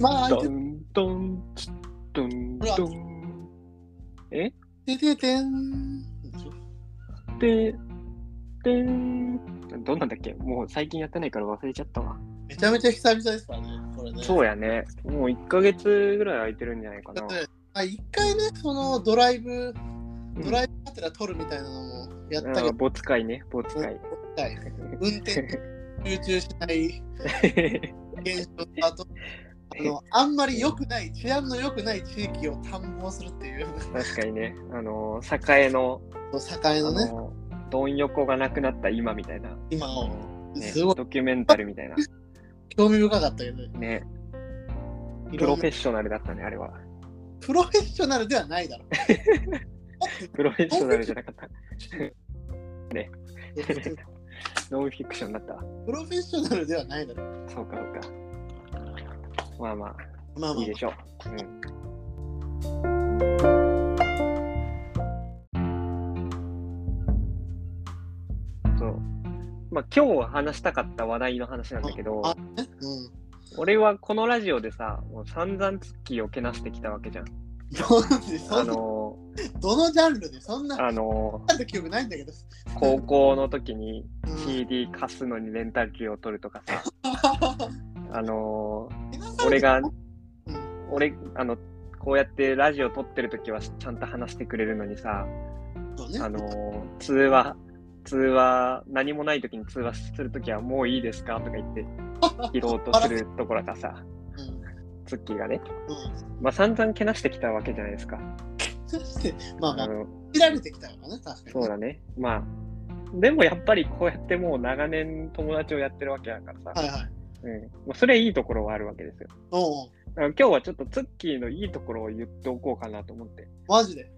まあ、ド相ンドンツッドンほらドン。え手でてん。でしょで、でん。どんなんだっけもう最近やってないから忘れちゃったわ。めちゃめちゃ久々ですからね、これね。そうやね。もう1ヶ月ぐらい空いてるんじゃないかだなっ。てあ一回ね、そのドライブ、うんドライブがてら撮るみたいなのもやったあけーボツ会ね、ボツ 会。ど、はい運転に集中しない現象と、あと、あのあんまり良くない、治安の良くない地域を探訪するっていう、確かにね、あのー、栄の、境のあね、のー、どん横がなくなった今みたいな、今あをのねすごいドキュメンタルみたいな。興味深かったけど、ね、いプろロんフなェッショナルだったね、あれは。プロフェッショナルではない だろう。プロフェッショナルじゃなかった。ノンフィクションだったわ。プロフェッショナルではないだろう。そうか、そうか。まあままああ、いまあいで、しょう。うん。そう。まあ、今日話したかった話題の話なんだけど、あねうん。俺はこのラジオでさ、もう散々ツッキーをけなしてきたわけじゃん。なんでそあんなのどのジャンルでそんなー、あのなんて記憶ないんだけど。ー、高校の時にうん CD 貸すのにレンタル料を取るとかさ、あのえなんー、か俺が、うん俺、あの、こうやってラジオ撮ってる時はちゃんと話してくれるのにさ、そうねあのー、通話、通話、何もない時に通話する時はもういいですかとか言って、切ろうとするところがさ、うんツッキーがね、うんまあ散々けなしてきたわけじゃないですか。そして、まあまああ、の見られてきたのかね、確かに。そうだね。まあ、でもやっぱりこうやってもう長年友達をやってるわけだからさ、はいはい。うん、もうそれはいいところはあるわけですよ。おうおうだから今日はちょっとツッキーのいいところを言っておこうかなと思って。マジで、う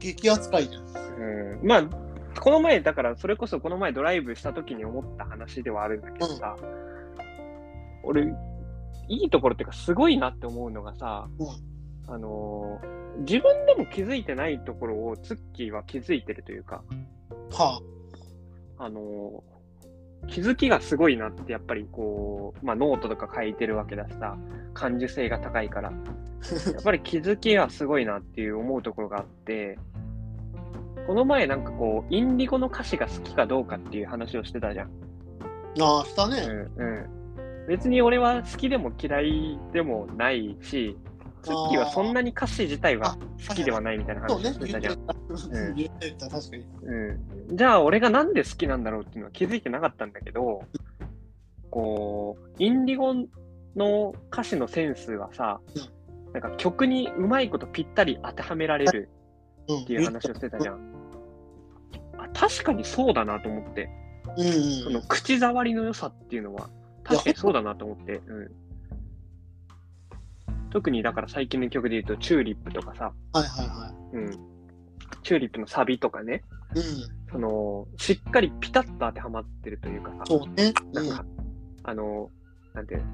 激扱いじゃん。ん。うん、まあ、この前、だからそれこそこの前ドライブした時に思った話ではあるんだけどさ、俺、いいところっていうかすごいなって思うのがさ、うんあのー自分でも気づいてないところをツッキーは気づいてるというか、はあの気づきがすごいなってやっぱりこう、まあ、ノートとか書いてるわけだしさ感受性が高いからやっぱり気づきがすごいなっていう思うところがあってこの前なんかこうインディゴの歌詞が好きかどうかっていう話をしてたじゃん。あ。ああ、したうね。んうん、別に俺は好きでも嫌いでもないしツッキーはそんなに歌詞自体は好きではないみたいなそう話をねし、て言たじっゃてんた。。うん言ってた、確かに。うん、じゃあ俺がなんで好きなんだろうっていうのは気づいてなかったんだけどこうインディゴの歌詞のセンスはさなんか曲にうまいことぴったり当てはめられるうん。っていう話をしてたじゃん。あ確かにそうだなと思って、うんそうんの口触りの良さっていうのは確かにそうだなと思って、うん、特にだから最近の曲で言うと「チューリップ」とかさ、はいはいはうん、チューリップのサビとかね、い。うん。そのしっかりピタッと当てはまってるというかさ、そうね。うなんん。か、あの、なんていうの、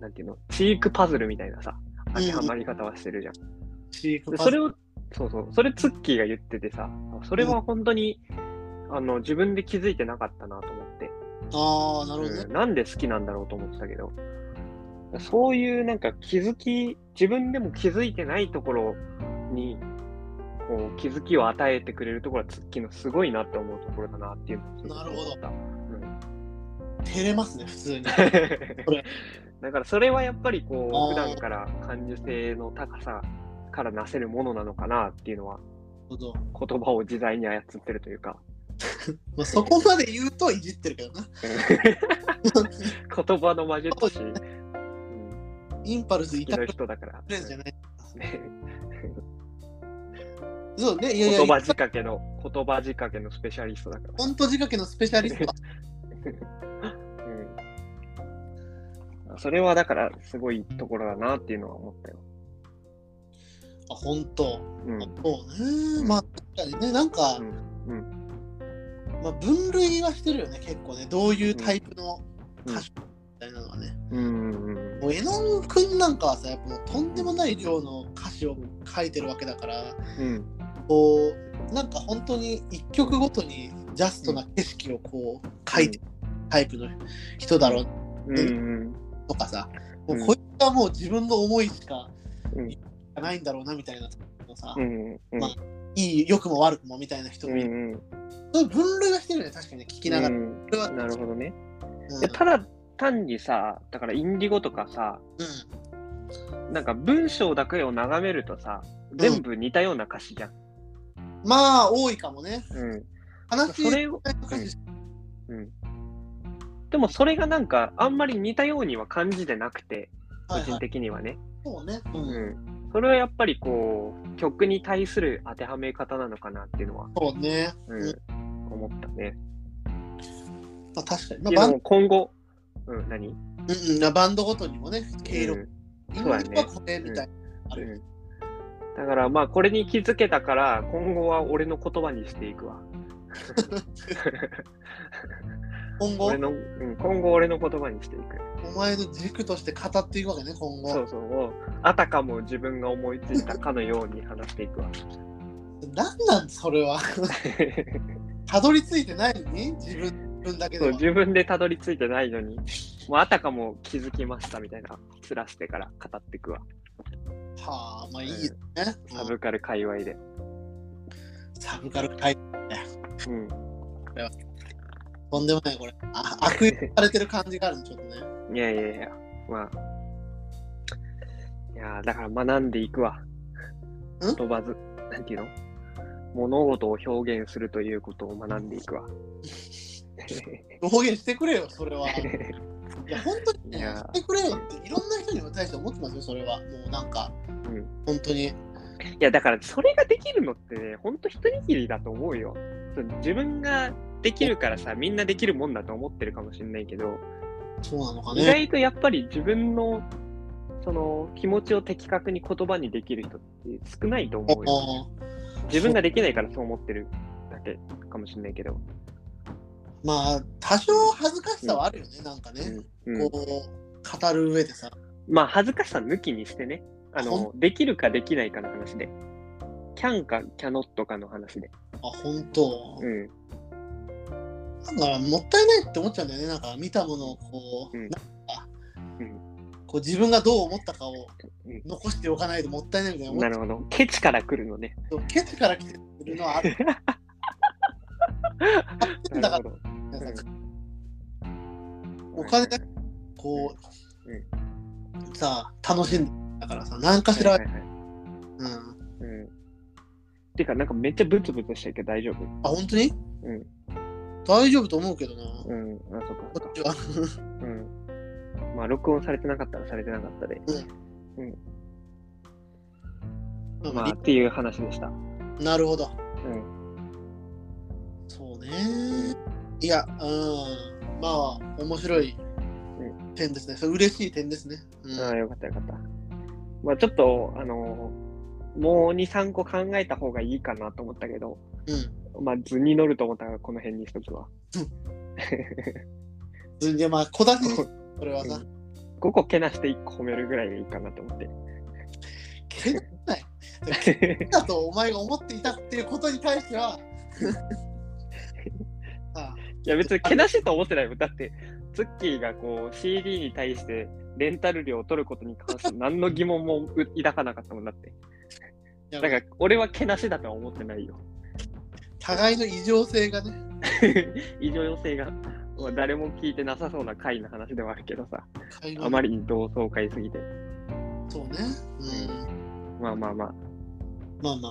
なんていうの、チークパズルみたいなさ、当てはまり方はしてるじゃん。飼育でパそれズルを、そうそう、それツッキーが言っててさ、それは本当に、あの自分で気づいてなかったなと思って、ああ、なるほどうね。んなんで好きなんだろうと思ってたけど、そういうなんか気づき、自分でも気づいてないところに、こう気づきを与えてくれるところはツッキーのすごいなって思うところだなっていうのをなるほど思った。照れますね、普通 に。れだからそれはやっぱりこあーう普段から感受性の高さからなせるものなのかなっていうのはほど言葉を自在に操ってるというか まあ、そこまで言うといじってるけどな。言葉の魔術師、うん、インパルス好いきたのく人だからプレスじゃない。ねそうね、いやいや言、葉仕掛けの言葉仕掛けのスペシャリストだかほんと仕掛けのスペシャリストは。ら、うん、それはだからすごいところだなっていうのは思ったよ、あ、ほんと。うんそうね。まあ、確かにね、なんか、うんうまあ、分類はしてるよね、結構ね。どういうタイプの歌手みたいなのはね。うんうんもう、えのんくんなんかはさ、やっぱもうとんでもない量の歌詞を書いてるわけだから、うんこう、なんか本当に一曲ごとにジャストな景色をこう、書いてるタイプの人だろうう。んうんとかさ、もううんこいつはもう自分の思いしかうんないんだろうなみたいなところさ、うんうんまあいい良くも悪くもみたいな人うもいる、んうんそういう分類がしてるよね確かにね聞きながら、うんそれはなるほどね。うんいやただ単にさ、だからインディゴとかさ、うなんか文章だけを眺めるとさ、全部似たような歌詞じゃん。んまあ多いかもねうん、話それを、うん、でもそれがなんかあんまり似たようには感じてなくて、個はいは人い、的にはね。そうね、うんうん、それはやっぱりこう曲に対する当てはめ方なのかなっていうのは、そうね、うんうん思ったね。まあ、確かに、いまあ、やバンでも今後、うん、何うんうん、バンドごとにもね経路、うん今そうだねはこれみたいな、あうるんだからまあこれに気づけたから今後は俺の言葉にしていく わ。今後俺の、うん、今後俺の言葉にしていく。お前の軸として語っていくわけね今後そうそう。あたかも自分が思いついたかのように話していくわ。何なんそれはたどり着いてないのに自分自分だけでそうは自分でたどり着いてないのに、もうあたかも気づきましたみたいな、つらしてから語っていくわ。はあまあいいですね、サブカル界隈で。サブカル界うん。とんでもないこれあ悪用されてる感じがあるんでちょっとねいやいやいや、まあ。いやーだから学んでいくわ。ん飛ばず、なんていうの物事を表現するということを学んでいくわ。 表現してくれよそれ はいや本当にいねやしてくれよっていろんな人にも対して思ってますよそれはもうなんか、うん本当にいや、だからそれができるのってね、ほんと一握りだと思うよ。そう自分ができるからさ、みんなできるもんだと思ってるかもしれないけど、そうなのか意ね外とやっぱり自分のその気持ちを的確に言葉にできる人って少ないと思うよ。あ自分ができないからそう思ってるだけかもしれないけど。まあ多少恥ずかしさはあるよね、なんかね、うんうんこう語る上でさまあ恥ずかしさ抜きにしてね、あほのできるかできないかの話で、キャンかキャノットかの話で。あ本当、うんなんかもったいないって思っちゃうんだよねなんか見たものをこう、うんなんか、うんこう自分がどう思ったかをうん残しておかないともったいないみたいな思っなるほど。ケチから来るのね。ちゃうケチから来てるのはあるなだかるほど。らなんかうんお金だけこう、さあ楽しんでだからさ何かしら、はいはいはいうんうん。てか、なんかめっちゃブツブツしてるけど大丈夫あ本当に、うん大丈夫と思うけどな、うん。あ、そっかそっこかっ。ちはうん。まあ、録音されてなかったらされてなかったで。なんまかあ、っていう話でした。 なるほどうん。そうねいやうんまあ面白い点ですねそれ嬉しい点ですね、うんああ、よかったよかった。まあ、ちょっと、あのーもう2、3個考えた方がいいかなと思ったけど、うんまあ、図に乗ると思ったからこの辺にしとくわ。うんでまあ小出 しにそれはさ、 5個けなして1個褒めるぐらいがいいかなと思っけどない。て。だとお前が思っていたっていうことに対しては、 あ いや別にけなしと思ってないもん。だって、ツッキーがこう CD に対してレンタル料を取ることに関して何の疑問も抱かなかったもんだって。だやから俺はけなしだとは思ってないよ。互いの異常性がね、 異常要請が、まあ誰も聞いてなさそうな回の話ではあるけどさ、会話あまりに同窓会すぎて、そうね。うん。まあまあままあまあま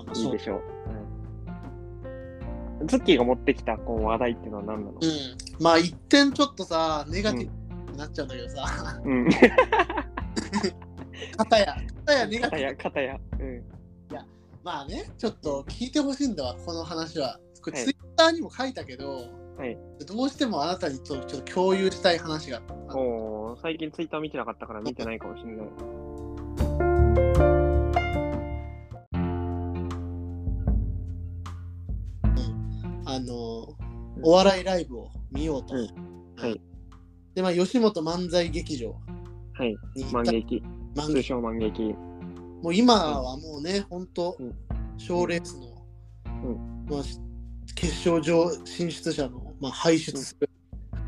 あ、あ、いそいうで。しょう。うん、ツッキーが持ってきたこう話題っていうのは何なのうん。まあ一点ちょっとさ、ネガティブになっちゃうんだけどさ、うん。片や、片やネガ片ティや、片や。うん。ブ。まあね、ちょっと聞いてほしいんだわ、この話は。これはいツイッターにも書いたけど、はいどうしてもあなたにちょっと共有したい話があった。おー最近ツイッター見てなかったから見てないかもしれない。あの、お笑いライブを見ようと。うんはいで、まあ、吉本漫才劇場はい。に行万った劇。漫通劇。称万劇。もう今はもうね、本当うん賞、レースの、うまあ、し決勝上進出者の、まあ、輩出する、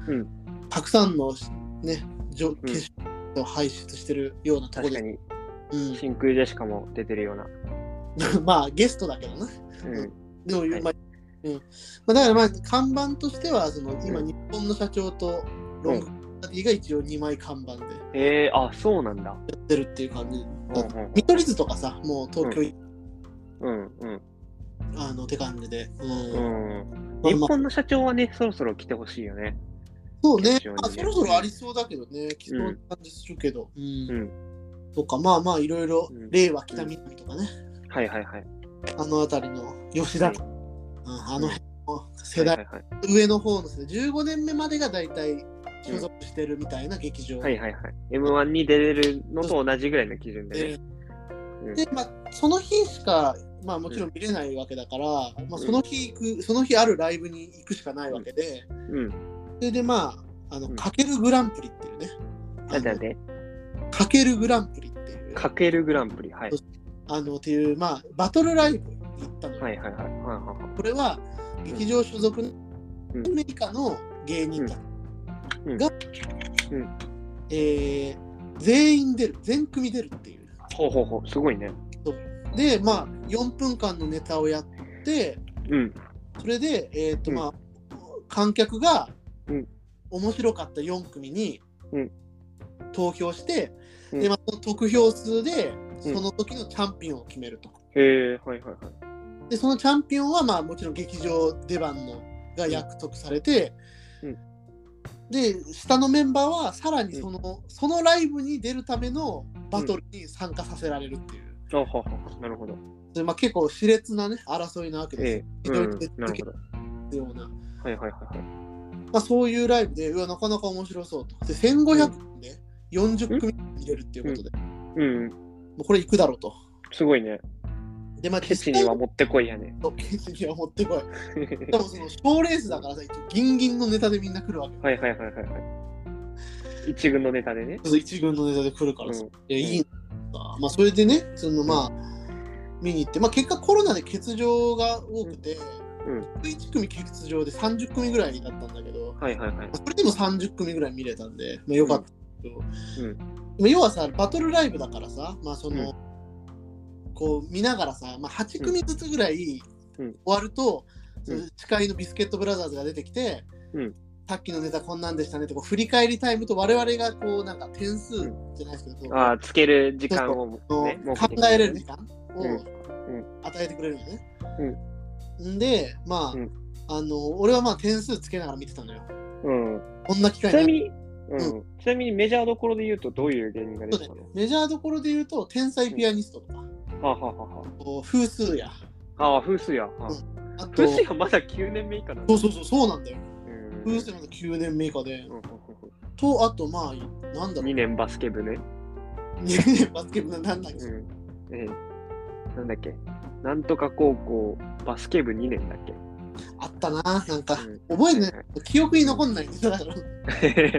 うんうたくさんの、ね、上ん決勝姿を排出してるようなとこ確かろで、に、う真空ジェシカも出てるような。ん、 まあゲストだけどな。うん。でも、はいまあうんまあ、だからまあ看板としてはその今うん日本の社長とロングパーティーが一応2枚看板でやえー、あ、そうなんだ。ってるっていう感じうだとん見取り図とかさもう東京、うんうんあのって感じで、うんうん。うん。まあ日まあ本の社長はね、そろそろ来てほしいよね。そうね非常にねあそろそろありそうだけどね来そうな感じするけど、うんうん。とかまあまあいろいろうん令和北南とかね、はいはいはい。あの辺りの吉田、はいうん、あの辺の世代はいはい上の方のですね15年目までが大体所属してるみたいな劇場、はい。はいはいはい。M1 に出れるのと同じぐらいの基準ででね。うんで、まあ、その日しか、まあ、もちろん見れないわけだから、まあ、その日行くその日あるライブに行くしかないわけで、うん。それでまああの、うんかけるグランプリっていうねなんだね。あのかけるグランプリっていうかけるグランプリ。はい。あのっていう、まあ、バトルライブに行ったのよ、はいはいはい。はいはいはいこれは劇場所属のうんアメリカの芸人たちうんが、うんえー全員出る全組出るっていうほうほうほう。すごいね。でまあ4分間のネタをやってうん。それで、えーとうんまあ、観客がうん面白かった4組にうん投票して、うんでまあ、その得票数でうそんの時のチャンピオンを決めると。へえ、はいはいはい。でそのチャンピオンは、まあ、もちろん劇場出番のが約束されて、うんで下のメンバーはさらにその,、そのライブに出るためのバトルに参加させられるっていう、あははなるほど。でまあ、結構熾烈な、ね、争いなわけですよええ、うん、なるほど。っていうような。はいはいはいはい。まあ、そういうライブで、うわ、なかなか面白そうと。で、1500で40組入れるっていうことで、もうん、うこれ行くだろうと。すごいね。で、まあ、ケチには持ってこいやね。 実際のケチには持ってこい。でも、その、賞レースだからさ、一応、ギンギンのネタでみんな来るわけよ。はいはいはいはいはい。一軍のネタでね。そう一軍のネタで来るかうらんさ、いやいいなまあ、それでね、その、まあ、見に行って、まあ、結果、コロナで欠場が多くて、うん1組欠場で30組ぐらいだったんだけど、はいはいはい。それでも30組ぐらい見れたんで、まあ、よかったけど、うんうんまあ要はさ、バトルライブだからさ、まあそのこう見ながらさ、まあ、8組ずつぐらいうん終わると、うんその誓いのビスケットブラザーズが出てきて、うんさっきのネタこんなんでしたねってこう振り返りタイムと我々がこうなんか点数じゃないですけど、そうああ、つける時間を、ね、の設けて考えれる時。間をうん与えてくれるよね。んで、まあ、うんあの俺はまあ点数つけながら見てたのよ。うん。こんな機ち会なないみに、うん。ちなみにメジャーどころで言うと、どういう芸人が出てたのメジャーどころで言うと、天才ピアニストとか、はあはあはこう風数や、あはあ。ああ、風水や。はああと、風水そはまだ9年目以下なの。うそうそう、そうなんだよ。うん風水の9年目以下でう、んうんと、あと、まあ、なうんんだろう二、年バスケ部ね。バスケ部なんだっけ、うん。ええ。なんだっけ。なんとか高校バスケ部2年だっけ。あったな、なんか、う覚えてない、記憶に残んないんだから。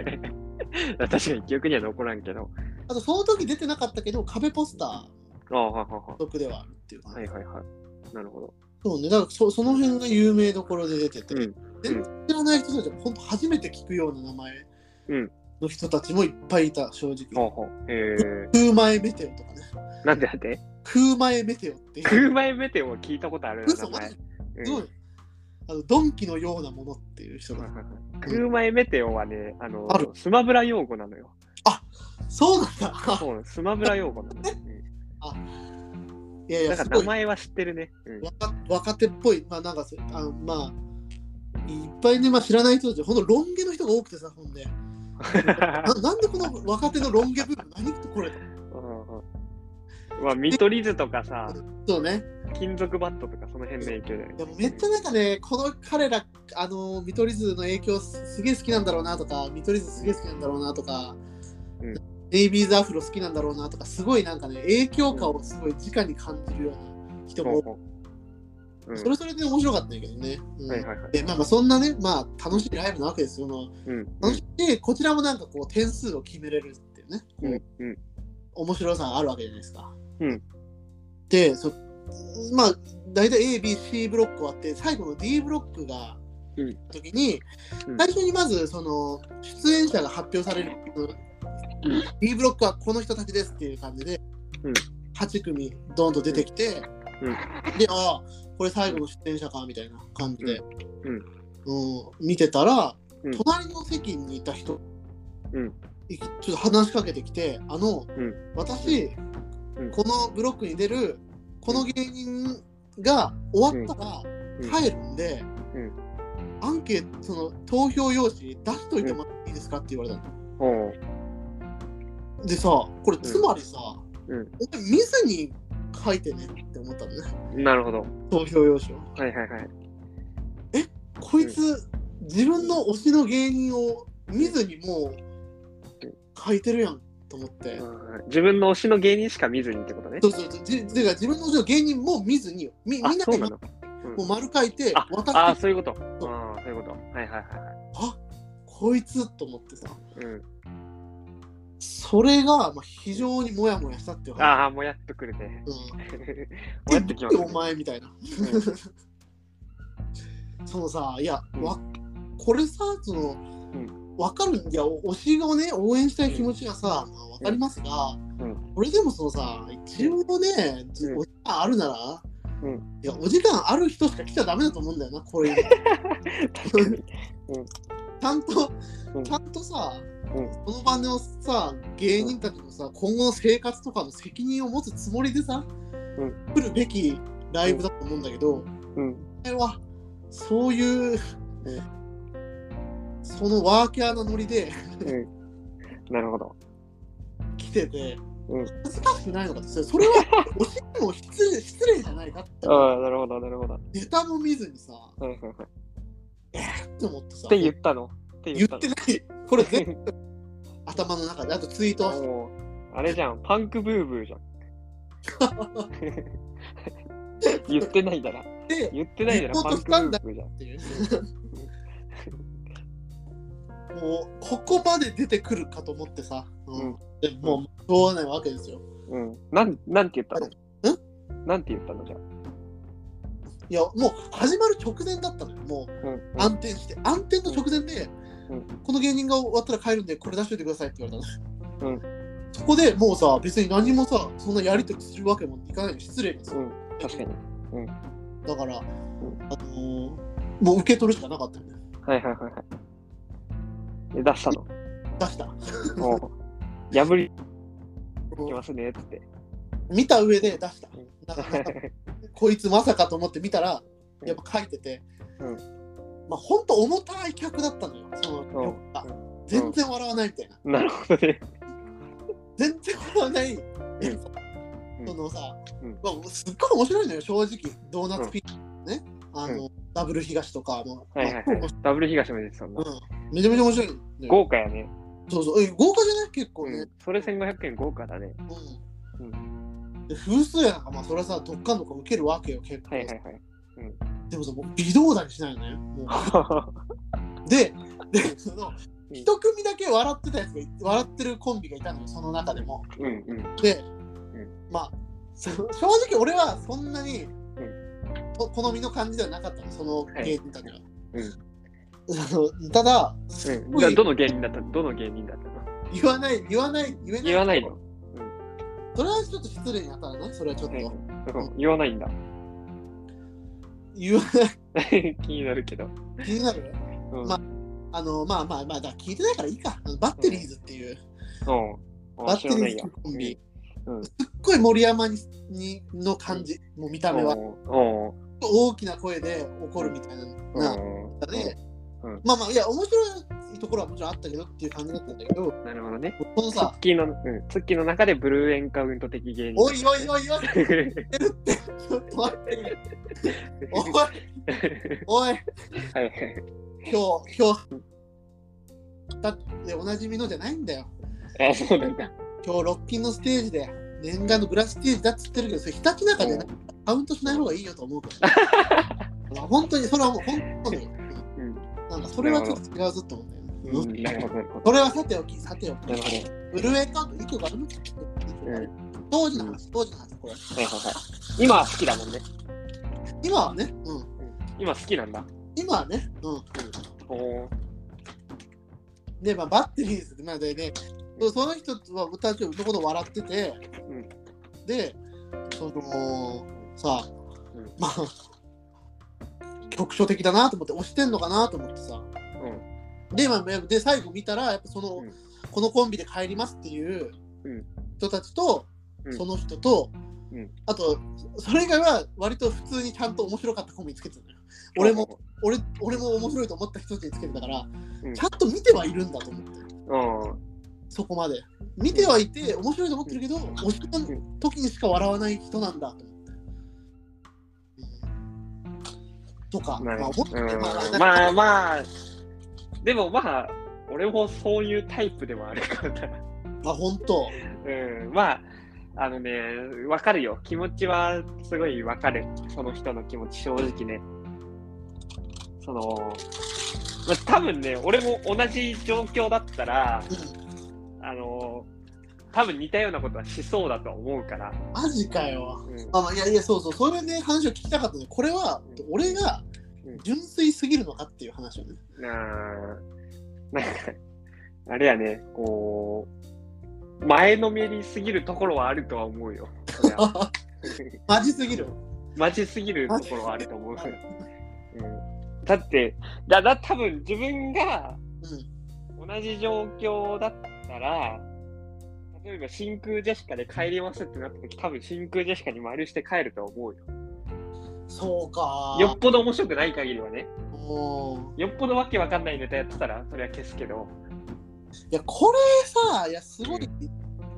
確かに記憶には残らんけど。あと、その時出てなかったけど、壁ポスターああ、はあは属ではあるっていうか、あはいはいはい。なるほど。そうね、だからそ、その辺が有名どころで出てて、うん全然知らない人たちは、本当初めて聞くような名前うんの人たちもいっぱいいた、正ほ直。うほう。えー、空前メテオとかね、なんでだって空前メテオっていう。空前メテオを聞いたことある嘘名前マジ。うんすごい。あのドンキのようなものっていう人はいはが。いはい空前メテオはね、あのあるスマブラ用語なのよ。そうなんだ。 そうスマブラ用語なのよ。いやいうんだや、かすらご名い前は知ってるね。うん若若手っぽい。まあなんかせあのまあ、いっぱいね、まあ、知らない人たち、ほんとロン毛の人が多くてさ、ほ んで。ななんでこの若手のロン毛ブーム、何これ。うんうんまあ、見取り図とかさ、そうね。金属バットとかその辺の影響だよね。でもめっちゃなんかね、この彼ら、あの見取り図の影響すすげえ好きなんだろうなとか、見取り図すげえ好きなんだろうなとか、うんネイビーズアフロ好きなんだろうなとか、すごいなんかね、影響感をすごい直に感じるような人もほ多うほくてううんそれはそれで面白かったんやけどね。うんはいはいはい。でまあ、まあそんなね、まあ、楽しいライブなわけですよ。まあうん楽しいでこちらもなんかこう点数を決めれるっていうね、こううんうん面白さがあるわけじゃないですか。うんでそ、まあ、大体 A、B、C ブロック終わって、最後の D ブロックが、うん時にうん最初にまずその出演者が発表される B ブロックはこの人たちですっていう感じで、うん8組ドンと出てきて、うんで、ああ、これ最後の出演者かみたいな感じで、うんうん見てたら、うん隣の席にいた人、うんいちょっと話しかけてきて、あの、うん私、うんこのブロックに出る、この芸人が終わったらうん帰るんで、うんアンケート、その投票用紙出しといてもらっていいですかって言われたの。おうでさ、これつまりさ、うんうん俺見ずに書いてねって思ったのね、なるほど。投票用紙を。はいはいはい。こいつ、自分の推しの芸人を見ずにもうんう書いてるやんと思って。うん自分の推しの芸人しか見ずにってことねそ。うそうそう。じてか自分の推しの芸人も見ずに、みみんあ、なそうでなもの。うんう丸書いてあ、私あああ、そういうこと。そうああ、そういうこと。はいはいはこいつと思ってさ、い。うん。それがまあ非常にモヤモヤしたっていう話。ああ、もやっとくるね。うんもやっときますおね。前みたいな。うんそのさ、いや、うんわこれさ、その、んわかる、いや、お推しをね、応援したい気持ちがさ、まあわかりますが、うんこれでもそのさ、一応ね、じうんお時間あるなら、うんいや、お時間ある人しか来ちゃダメだと思うんだよな、これ。確かに。ちゃんと、うんちゃんとさ、うんこの場のさ、芸人たちのさ、今後の生活とかの責任を持つつもりでさ、うん来るべきライブだと思うんだけど、うん。これはそういう、そのワーキャーなノリで なるほど。来てて、うん恥ずかしくないのかとそれそれはおしっも失礼 失礼じゃないかってああ、なるほど、なるほど。ネタも見ずにさはいはいはい。っって思ってさて言ったのって言言っったのてないこれ全部 頭の中であとツイートはしてもう、あれじゃん、パンクブーブーじゃ ん。言ってないだら、っ言ってないだら、言おパうンとしクブたんだーブーじゃん。ていう もうここまで出てくるかと思ってさ、ううんでもうしょうがないわけですようん。なん、なんて言ったのなんて言ったのじゃあ。いやもう始まる直前だったのよもううん。暗転して暗転の直前で、うんこの芸人が終わったら帰るんでこれ出しといてくださいって言われたの、うんそこでもうさ別に何もさそんなやり取りするわけもいかないの失礼なんですうよ、ん。確かに。だから、あのーもう受け取るしかなかったよねはいはいはいはい。で出したの。出したもう、破りきますね、つ って。 見た上で出したうんだからなんかこいつまさかと思って見たらうんやっぱ書いてて、うんまあほんと重たい客だったのよそのう客んが、全然笑わないみたいななるほどね。全然笑わない、んそのさ、うんまあ、すっごい面白いのよ正直ドーナツピーね、あの、ダブル東とかも、はい はいはい。ダブル東も出てたんだ。うん、めちゃめちゃ面白いのよ豪華やね。そうそうえ豪華じゃない結構うね、ん。それ1500円豪華だね。うんうで風水やなんかまあそれはさどっかんどっか受けるわけよ結構、はいはいはい。でもさもう微動だにしないのねも うででそのうん一組だけ笑ってたやつがい笑ってるコンビがいたのよその中でもうんうん。で、まあそ 正直俺はそんなに、と好みの感じではなかったのその芸人たちは、うんただすっうん、ごじゃあいどの芸人だったのどの芸人だったの言わない言わない言えない言わないの、それはちょっと失礼に当たらないそれはちょっと、はいうん言わないんだ。 言わ気になるけど。ない気になるうん。まあのまあまあまあだから聞いてないからいいかあのバッテリーズっていう、うん。バあッ知テらなリいーやズコンビ、うんすっごい森山ににの感じ、もう見た目はうん。うん大きな声で怒るみたいな、なうんだね、うんまあまあいや面白いところはもちろんあったけどっていう感じだったんだけどなるほどね。このツさッキーの、うん、ツッキーの中でブルーエンカウント的芸人。 おいおいおいおいちょっと待っておいおいはいはい。今日今日だっておなじみのじゃないんだよあ、そうなんだ。今日ロッキンのステージで念願のグラスステージだっつってるけどそれひたちなかでなカウントしない方がいいよと思うから、 ね、本当にそれはもう本当に、うんなんかそれはちょっと違うぞと思うんだよね、ううんん、なるほど、なるほど。それはさておきさておきなるほど。ブルーエンカウント1個があるのかうん。はい当時の話、当時の話、これ。はいはい。今は好きだもんね。今はね、うん。今好きなんだ。今はね、うおお。ん。で、まあ、バッテリーズで、まあ、でね、その人は確かに男の笑ってて、でそのさ、うんまあ局所的だなと思って押してんのかなと思ってさうんで,、まあ、で最後見たらやっぱその、うんこのコンビで帰りますっていううん人たちと、うんその人と、うんあとそれ以外は割と普通にちゃんと面白かったコンビつけてたのよ俺も、俺俺も面白いと思った人たちにつけてたから、うんちゃんと見てはいるんだと思って。うそこまで見てはいて面白いと思ってるけど推しの時にしか笑わない人なんだと思って、うんとか、ん、なるまあほ思っどても笑うわんないまあまあ、でもまあ、俺もそういうタイプでもあるからな。まあ本当うん、まあ、あのね、わかるよ。気持ちはすごいわかる。その人の気持ち、正直ね。その、まあ、多分ね、俺も同じ状況だったら、あの、多分似たようなことはしそうだとは思うから。マジかようん、あまあいやいやそうそうそれで話を聞きたかったのこれは俺が純粋すぎるのかっていう話をねなあなんか、あれやね、こう、前のめりすぎるところはあるとは思うよ。そ りゃマジすぎるマジすぎるところはあると思う。うん、だって、だ、だ、多分自分がうん同じ状況だったら、例えば真空ジェシカで帰りますってなった時、多分真空ジェシカに丸して帰ると思うよ。そうかよっぽど面白くない限りはね、もうよっぽどわけわかんないネタやってたら、それは消すけど。いやこれさいやすごい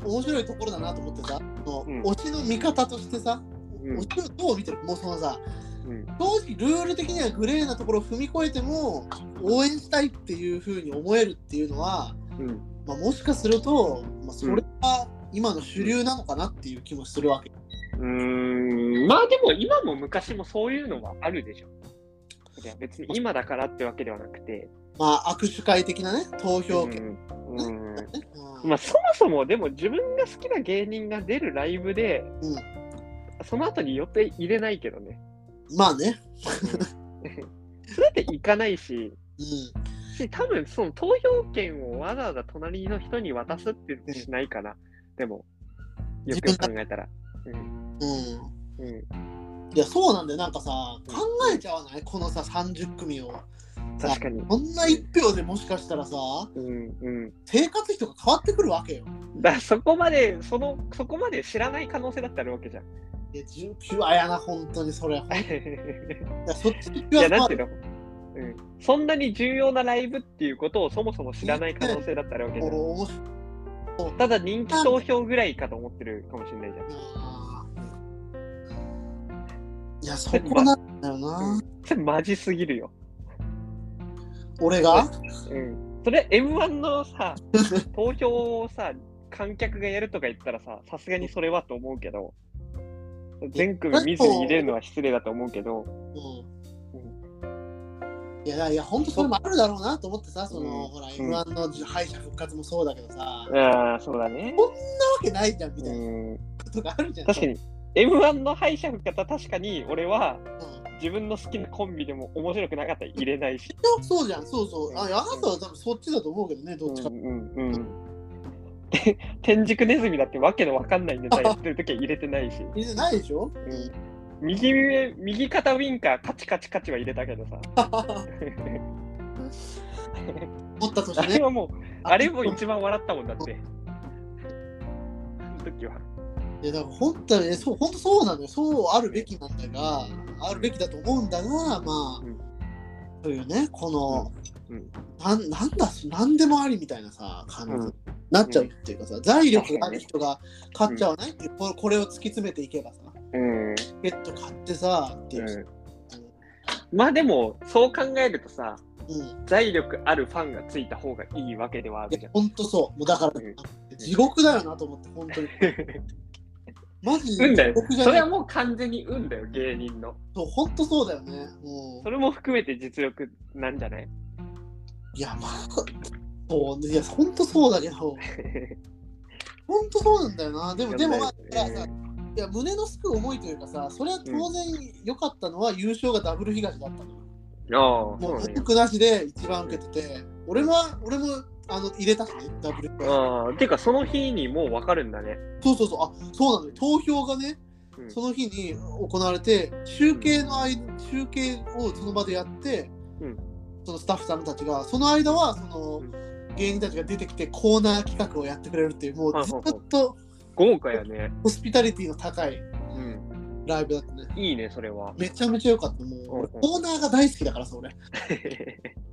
面白いところだなと思ってさ、そのうん推しの見方としてさ、うん推しをどう見てるもうそのさうん、正直ルール的にはグレーなところを踏み越えても応援したいっていうふうに思えるっていうのは、うん、まあ、もしかすると、まあ、それが今の主流なのかなっていう気もするわけ。うーん、まあでも今も昔もそういうのはあるでしょ。いや別に今だからってわけではなくて、まあ握手会的なね投票権、うん、うん、うんまあ、そもそもでも自分が好きな芸人が出るライブで、うんその後に予定入れないけど ね。まあね、それって行かないし、うん、し多分その投票権をわざわざ隣の人に渡すっていうのしないかな。でも、よくよく考えたら。うんうん、うん、いやそうなんだよなんかさ考えちゃわないこのさ30組を確かに。こんな1票でもしかしたらさうんうん、生活費とか変わってくるわけよだからそこまでその、そこまで知らない可能性だってあるわけじゃん。 いやピュアやな本当にそれほんいやそっちピいュアや、さなんていうの、うん、そんなに重要なライブっていうことをそもそも知らない可能性だったらわけじゃん。俺面白いただ人気投票ぐらいかと思ってるかもしれないじゃん。ないやそこなんだよなそれマジすぎるよ。俺がうん。それ M1 の さ、投票をさ、観客がやるとか言ったらさ、さすがにそれはと思うけど、全組見ずに入れるのは失礼だと思うけど、うんいやいや本当それもあるだろうなと思ってさその、うんほらん M1 の敗者復活もそうだけどさ、なわああ、そうだね。けないじゃんみたう。いなんことがあるじゃん、確かに、M1 の敗者復活は確かに俺はうん自分の好きなコンビでも面白くなかったら入れないし。そうじゃんそうそうあいやあなたは多分そっちだと思うけどねどっちか、うんうんうん。て天竺ネズミだってわけのわかんないネタやってるときは入れてないし。入れてないでしょ、うん右上、右肩ウィンカーカチカチカチは入れたけどさ。思ったとしあてれねはもう、あれも一番笑ったもんだって。あの時は。いやだから本当にねそう本当そうなのよそうあるべきなんだがあるべきだと思うんだがまあ、うんというねこの、うんうんなんなんだし何でもありみたいなさ感じ、うんなっちゃうっていうかさ財力がある人が買っちゃわないっていう、これこれを突き詰めていけばさうん。ペット買ってさっていう、まあでも、そう考えるとさ、うん財力あるファンがついた方がいいわけではあるいじやゃん。本当そうもうだから、うん地獄だよなと思って本当にマジ運だ地よ獄。じゃそなれいはもう完全に運だよ、芸人の。そう本当そうだよねもうそれも含めて実力なんじゃない いや、まあ、そうね、いや、ほんとそうだけど、ほんとそうなんだよな。でも、でも、まあ、いやさいや胸のすく思いというかさ、それは当然良かったのは優勝がダブル東だったのよ。ああ、もそうう、ね文。句なしで一番受けてて、俺は、俺もあの入れたしね、ダブルああー、てかその日にもう分かるんだね。そうそうそう、あそうなのよ、投票がね、うんその日に行われて、集計の間、集計をその場でやって、うんそのスタッフさんたちが、その間はその、うん芸人たちが出てきてコーナー企画をやってくれるっていう、もうずっはいはいと豪華やね。ホスピタリティの高いうん。ライブだったね。いいね、それは。 めちゃめちゃ良かった。もう、俺うんうんコーナーが大好きだからさ、俺。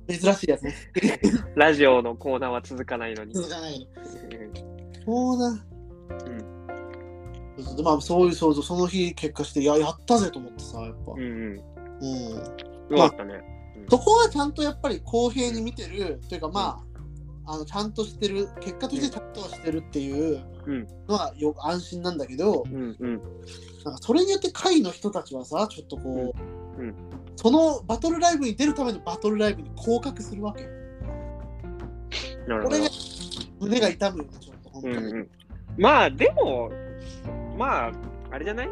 珍しいやつね。ラジオのコーナーは続かないのに。続かないの。コーナー。うそうそうでまあ、そういうそうそうその日結果していややったぜと思ってさやっぱ、うんうん。ようん、かったね。そこはちゃんとやっぱり公平に見てるというかまああのちゃんとしてる結果としてちゃんとはしてるっていううんのはよ安心なんだけどうんうん。なんかそれによって会の人たちはさちょっとこう、うんうそのバトルライブに出るためのバトルライブに降格するわけよなるこほれどが。胸が痛むよねちょっと本う当んに、うん、まあ、でも、まあ、あれじゃない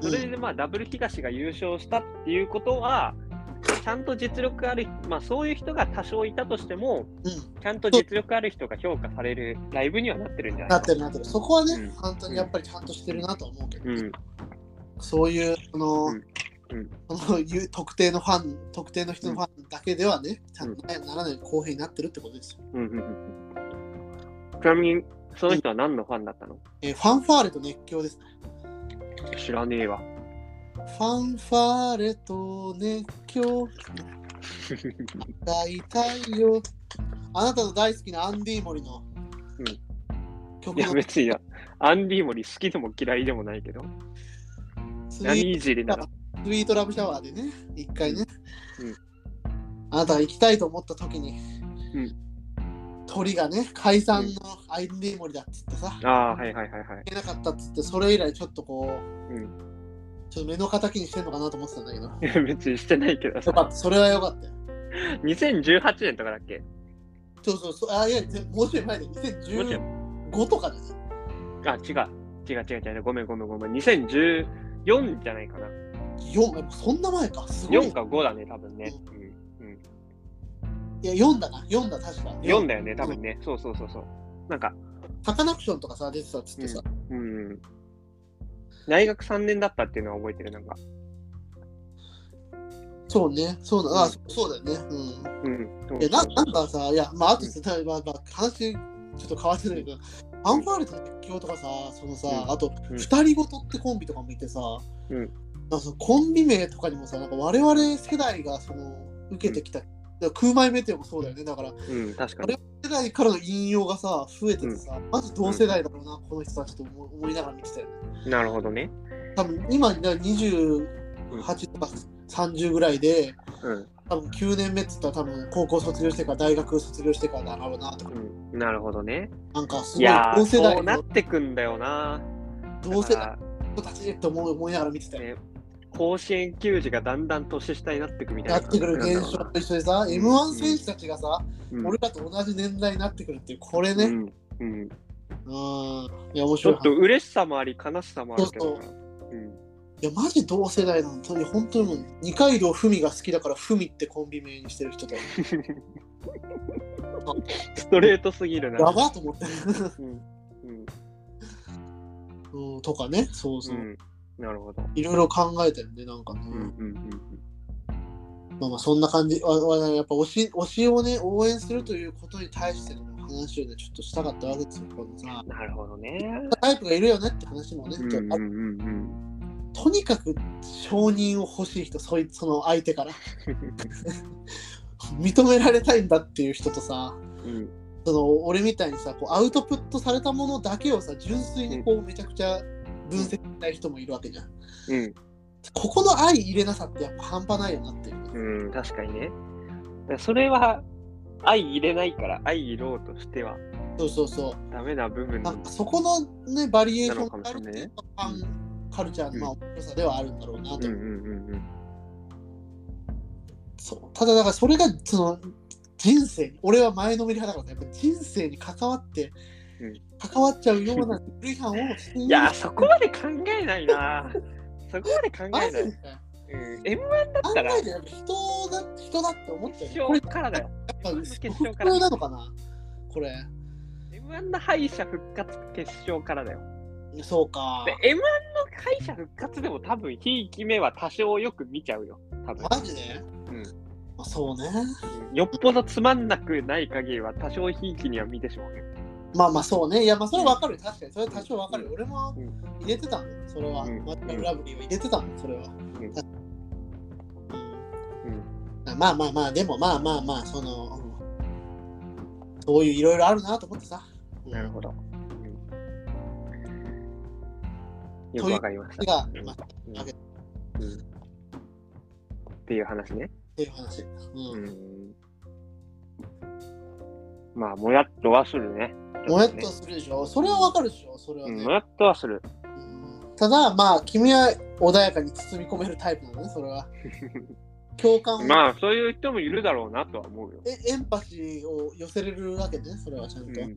それうんでまあダブル東が優勝したっていうことは、ちゃんと実力ある、まあ、そういう人が多少いたとしても、うちゃんと実力ある人が評価されるライブにはなってるんじゃんなないってるなってるそこはね、うん本当にやっぱりちゃんとしてるなとは思うけど、うん、そういうその、うんうんそのいう特定のファン特定の人のファンだけではね、ちゃんとならない公平になってるってことですよ、うん、うんうん。ちなみに、その人は何のファンだったのえーファンファーレと熱狂ですね知らねえわ。ファンファーレと熱狂大太陽あなたの大好きなアンディモリの 曲いや、の別にや、アンディモリ好きでも嫌いでもないけど、スイ何ーいじりなら。スイートラブシャワーでね一回ね、うんあなたが行きたいと思った時に、うん鳥がね解散のアンディモリだっつってさ、ああ、はいはいはいはい。いけなかったっつってそれ以来ちょっとこう、うんちょっと目の敵にしてんのかなと思ってたんだけどよい や別にしてないけどさかったそれはよかったよ2018年とかだっけそうそうそうあいやぜもうちょい前でもちろ2015とかじゃあ、ない違う。違う違う違う。ごめんごめんごめん。2014じゃないかな。 4でもそんな前かすごい4か5だね、多分ね。いや4だな4だ確かうん、4だよね、多分ね。そうそうそうそう。なんか、サカナクションとかさ出てたっつってさ、うん。大学3年だったっていうのは覚えてる、なんか。そうねそうだな、うんそそうだよねうんうん。そういやなそうなそんかさ、いや、まあ、あとさ、例えば、まあ、話、ちょっと変わってないけど、アンファーレと熱狂とかさ、そのさ、うんあと、うん二人ごとってコンビとかもいてさ、うんなんかそのコンビ名とかにもさ、なんか我々世代がその受けてきた、だから空前メテオもそうだよね、だから、ううん、確かに。世代からの引用がさ、増えててさ、まず同世代だろうな、この人たちと思い思いながら見てたよね。なるほどね。多分今、だから28とか30ぐらいで、うん。多分9年目って言ったら多分高校卒業してから大学卒業してからだろうなとかうん、なるほどね。なんかすいごいやー、同世そ代うなのってくんだよな。同だ世か代らの人たちって思い思いながら見てたよ。ね甲子園球児がだんだん年下になってくみたいなやっ感てじなんくるだろうな。現象と一緒でさ、うん M1 選手たちがさ、うん俺らと同じ年代になってくるっていう、これね、うん、うんうんいや、ち面ょ白いっと嬉しさもあり、悲しさもあるけどな。うんいや、マジ同世代なの、本当に、本当にもう、二階堂ふみが好きだから、ふみってコンビ名にしてる人と、やストレートすぎるな。ばーと思って、 うんうんうん、とかね、そううそう、んなるほど。いろいろ考えてるね、なんかね、うんうんまあまあ、そんな感じ、わわやっぱ推し、推しをね、応援するということに対しての話をね、ちょっとしたかったわけですよ、このさう。んなるほどね。タイプがいるよねって話もね、うんうんうんうんとにかく承認を欲しい人そいその相手から 認められたいんだっていう人とさうんその俺みたいにさこうアウトプットされたものだけをさ純粋にこうめちゃくちゃ分析したい人もいるわけじゃんうんここの相入れなさってやっぱ半端ないよなっていううん確かにね。だからそれは相入れないから、相入ろうとしてはそうそうそうダメな部分なんかそこのねバリエーションがあるってないのうのがファンカルチャーのまあ面白さではあるんだろうなうんとうんうんうんそうただだからそれがその人生に俺は前のめり派だからさやっぱ人生に関わって、うん関わっちゃうようなルイハンをしていいや、そこまで考えない な。そこまで考えマなジい。でうん、M1 考たらえてやっぱ人だ人だって思っちゃう決よこれ勝からだよ。やっぱ決不勝から況なのかなこれ。 M1 の敗者復活決勝からだよ。そうか。で、M1 の敗者復活でも多分、ひいき目は多少よく見ちゃうよ。多分。マジでうんあそうね。よっぽどつまんなくない限りは多少ひいきには見てしまうけど。まあまあそうね。いやまあそれはわかるよ。確かに。それは多少わかるよ。俺もうん入れてたの。それは。うんマッチョラブリーは入れてたの。それは。ん確かにうんまあまあまあ、でもまあまあまあ、その、うんそういういろいろあるなと思ってさ。うんなるほど。よくわかりまし手た。がうんまあっうんっていう話ね。ていう話。うんうんまあ、もやっとはするね。もやっとするでしょ。それはわかるでしょ。それはうんねも。やっとはする。うんただ、まあ、君は穏やかに包み込めるタイプなのね、そ れは。共感を、まあ、そういう人もいるだろうなとは思うよ。えエンパシーを寄せれるわけね、それはちゃんうと。ん、うん、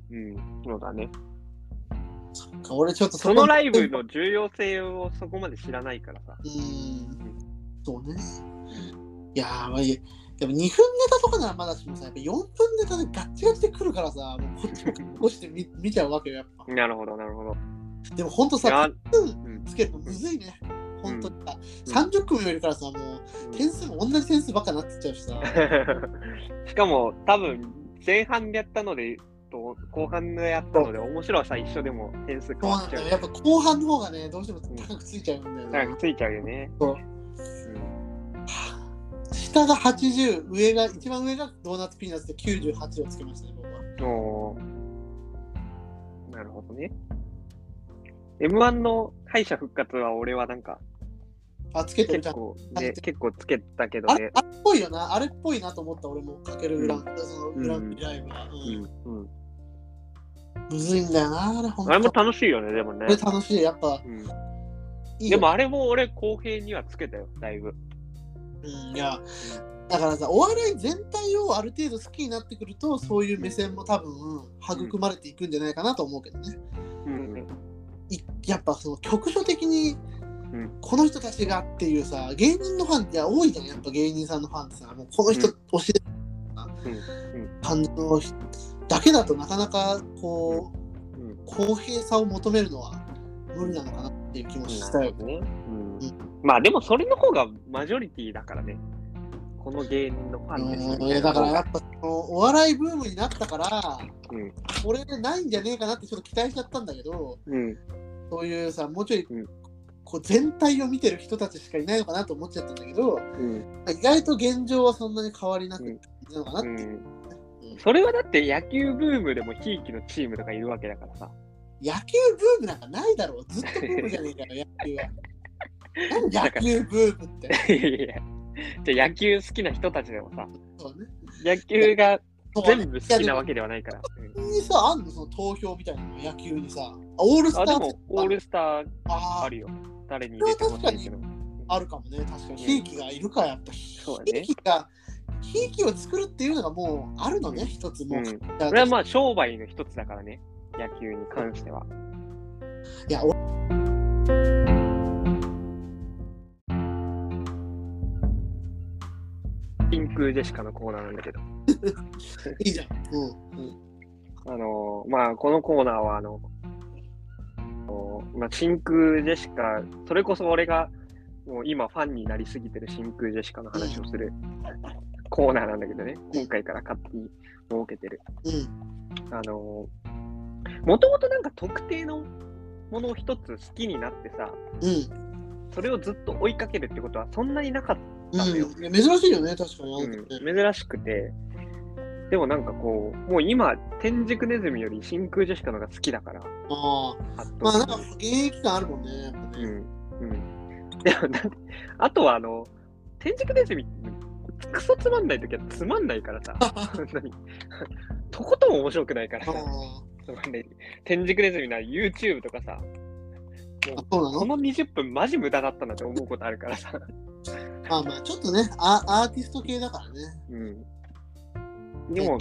そうだね。俺ちょっとそのライブの。の重要性をそこまで知らないからさ。うん、そうね。いやー、まあ、いいでも2分ネタとかならまだしもさ、やっぱ4分ネタでガッチガチで来るからさ、もうこっちもこうして見見ちゃうわけよ、やっぱ。なるほど、なるほど。でもほんといやさ、1分うんつけるのむずいね。ほんとにさ、うん30組もいるからさ、もう点数も同じ点数ばっかなってっちゃうしさ。 しかも多分前半でやったのでと後半でやったので面白さ一緒でも点数変そうわなっんちだゃよ。うやっぱ後半の方がね、どうしても高くついちゃうんだよなねん。かついちゃうよね。そう下が80、上が、一番上がドーナツピーナッツで98をつけましたね、僕は。うんおーなるほどね。M1 の敗者復活は俺はなんかあ、つけてるじゃ結ん。構、あねれ、結構つけたけどあねれ。あれっぽいよな、あれっぽいなと思った俺もかけるラン、そのグランプリライブは、ううんんうんむずいんだよな、あれほんあれもと。楽しいよね、でもねこれ。楽しい、やっぱうんいいでよも、あれも俺公平にはつけたよ、だいぶ。うん、いや、だからさ、お笑い全体をある程度好きになってくると、そういう目線も多分、育まれていくんじゃないかなと思うけどね。うんいやっぱその局所的にんこの人たちがっていうさ芸人のファンいや多いじゃんやっぱ芸人さんのファンってさもうこの人う推しでうんうん感じの人だけだとなかなかこううん公平さを求めるのは無理なのかなっていう気もしたなるよほどね。うんうんまあでもそれの方がマジョリティだからね。この芸人のファンですみうたんいいなやだからやっぱそのお笑いブームになったから、うんこれでないんじゃねえかなってちょっと期待しちゃったんだけどうん。そういうさもうちょい、うんこう全体を見てる人たちしかいないのかなと思っちゃったんだけど、うん。意外と現状はそんなに変わりなくていいのかなっうて、んうんそれはだって野球ブームでもひいきのチームとかいるわけだからさ。野球ブームなんかないだろうずっとブームじゃねえから野球 は何野球ブームっていやいやじゃあ野球好きな人たちでもさ、そうね野球がそうね全部好きなわいけではないから。うんやでもにさあんのその投票みたいなの野球にさあオールスタあーでもオールスターああるよ。誰に入れてほしいけど。ああるかもね確かにひいきがいるかやっぱひそうだねいきがひいきを作るっていうのがもうあるのね、うん一つうもう、ん。いそれはまあ商売の一つだからね。野球に関しては。やお真空ジェシカのコーナーなんだけど。いいじゃん、うん、あのまあ、このコーナーは、あの、あのまあ、真空ジェシカ、それこそ俺が、もう今ファンになりすぎてる真空ジェシカの話をするコーナーなんだけどね、今回から勝手に設けてる。うんあのもともとなんか特定のものを一つ好きになってさ、うんそれをずっと追いかけるってことはそんなになかったダメようんいや珍しいよね確かに、あうのん時ね珍しくて、でもなんかこう、もう今、天竺ネズミより真空ジェシカのが好きだから、ああ圧倒まあなん的かに現役感あるもんねやっぱうね、ん。うん。でもなんあとはあの、天竺ネズミってクソつまんないときはつまんないからさ、そんなに。 とことん面白くないからあさ、あつまんない天竺ネズミなら YouTube とかさ、あそうなこのの20分マジ無駄だったなって思うことあるからさ。まあまあちょっとねアアーティスト系だからね うん。でも、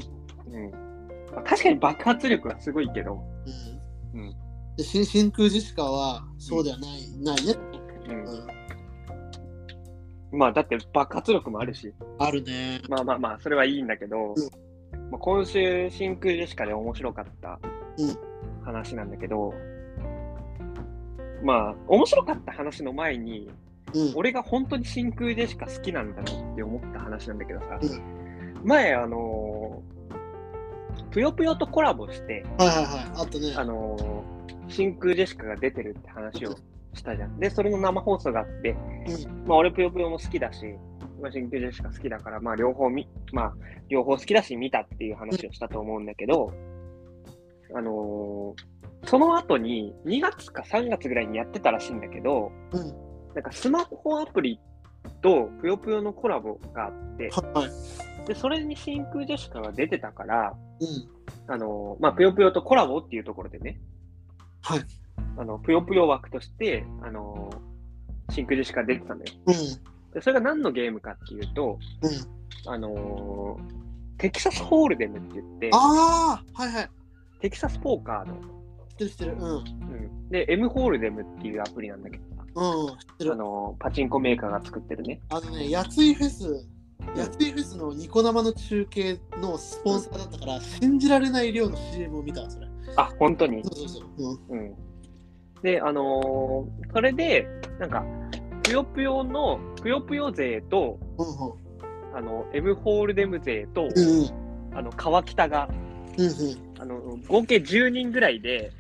うん。まあ確かに爆発力はすごいけど、うん、うんでし真空ジェシカはそうではない、ないね、うん。うん、まあだって爆発力もあるし、あるねまあまあまあ、それはいいんだけど、うんまあ、今週、真空ジェシカで面白かったうん話なんだけど、まあ、面白かった話の前に、うん。俺が本当に真空ジェシカ好きなんだなって思った話なんだけどさう、前、あのーぷよぷよとコラボして、はいはいはい。あとね。あのー真空ジェシカが出てるって話をしたじゃん。で、それの生放送があって、うまあ、俺ぷよぷよも好きだし、まあ、真空ジェシカ好きだから、まあ、両方み、まあ、両方好きだし見たっていう話をしたと思うんだけど、あのーその後に2月か3月ぐらいにやってたらしいんだけど、うんなんかスマホアプリとぷよぷよのコラボがあって、はいはい。で、それに真空ジェシカが出てたから、うん。あの、まあ、ぷよぷよとコラボっていうところでね、はい。あの、ぷよぷよ枠として、あの、真空ジェシカ出てたのよ。うん。で、それが何のゲームかっていうと、うん。あのーテキサスホールデムって言って、ああはいはい。テキサスポーカーの、知ってる知ってる。うん。うん。知うん、で、M ホールデムっていうアプリなんだけどさ、ってるあ。のーパチンコメーカーが作ってるね。あのね、やついフェス、やついフェスのニコ生の中継のスポンサーだったから、信じられない量の CM を見たわ、それ。あ、本当にそうそうそう。うん、うん。で、あのーそれで、なんか、ぷよぷよの、ぷよぷよ勢と、うん、あの、M ホールデム勢と、うん、うん、あの、川北が、うん、あの、合計10人ぐらいで、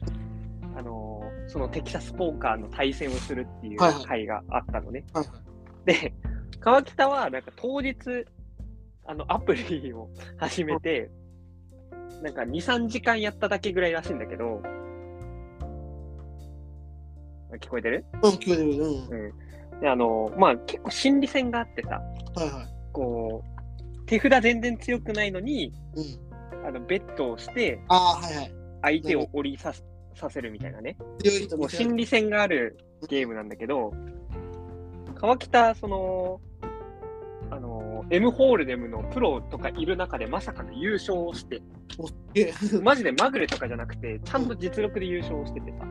あのーそのテキサスポーカーの対戦をするっていうはいはい会があったのね。はいはいで、川北は、なんか当日、あの、アプリを始めて、なんか2、3時間やっただけぐらいらしいんだけど、あ聞こえてるうん、聞こえてくる。うん、で、あのーまあ、結構心理戦があってさ、はいはこう、手札全然強くないのに、い。うん、あの、ベットをして、ああ、はいはい。相手を降りさせさせるみたいなね、強い人も見うせられ心る。理戦があるゲームなんだけど、川北、その、あの、M ホールデムのプロとかいる中でまさかの優勝をして、おすげえ、すマジでまぐれとかじゃなくて、ちゃんと実力で優勝しててさ、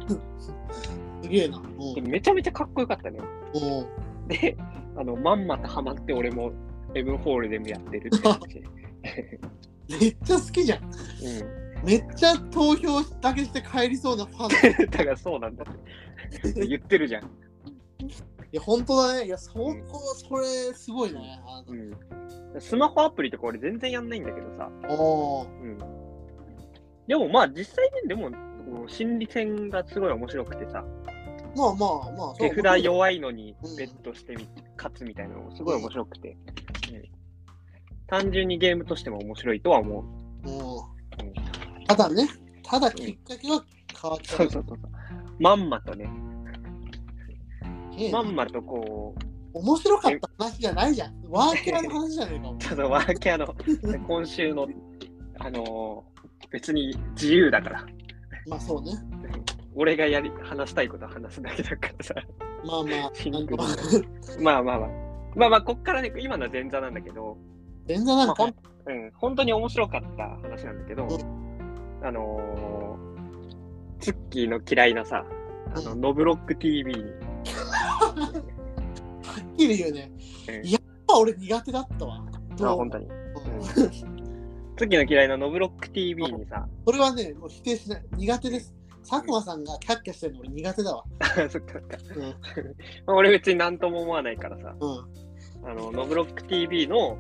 げえな。 うん、めちゃめちゃかっこよかったね。うん、で、あの、まんまとハマって俺も M ホールデムやってるって感じ。めっちゃ好きじゃん。めっちゃ投票だけして帰りそうなファン。いうん。だからそうなんだって。言ってるじゃん。や、本当だね。いや、そこ、それ、すごいね。あうのん。スマホアプリとか俺全然やんないんだけどさ、おーうんでもまあ実際にでもこう心理戦がすごい面白くてさまあまあまあ。手札弱いのにうんベットしてみ勝つみたいなのもすごい面白くて、うん単純にゲームとしても面白いとは思う。うんただね、ただきっかけは変わっそたうそうそうそうまんまとね、けまんまとこう、面白かった話じゃないじゃん。ワーキャーの話じゃねえかも。ちょっとワーキャーの 今週の、あのー別に自由だから、まあそうね。俺がやり話したいこと話すだけだからさ。まあまあ、シンなんプとルかな。まあまあまあ。まあまあ、こっからね、今のは前座なんだけど、全然なまあんかほん、うん、本当に面白かった話なんだけど、あのー、ツッキーの嫌いなさ、あの、うノブロック TV に、はっきり言うね。うんやっぱ俺苦手だったまわ。あもう本当に。うんツッキーの嫌いなノブロック TV にさ、 それはね、もう否定しない。苦手です。佐久間さんがキャッキャしてるの俺苦手だわ。そっかそっか。うん。うん。 まあ俺別に何とも思わないからさ、うん。あの、ノブロック TV の、おう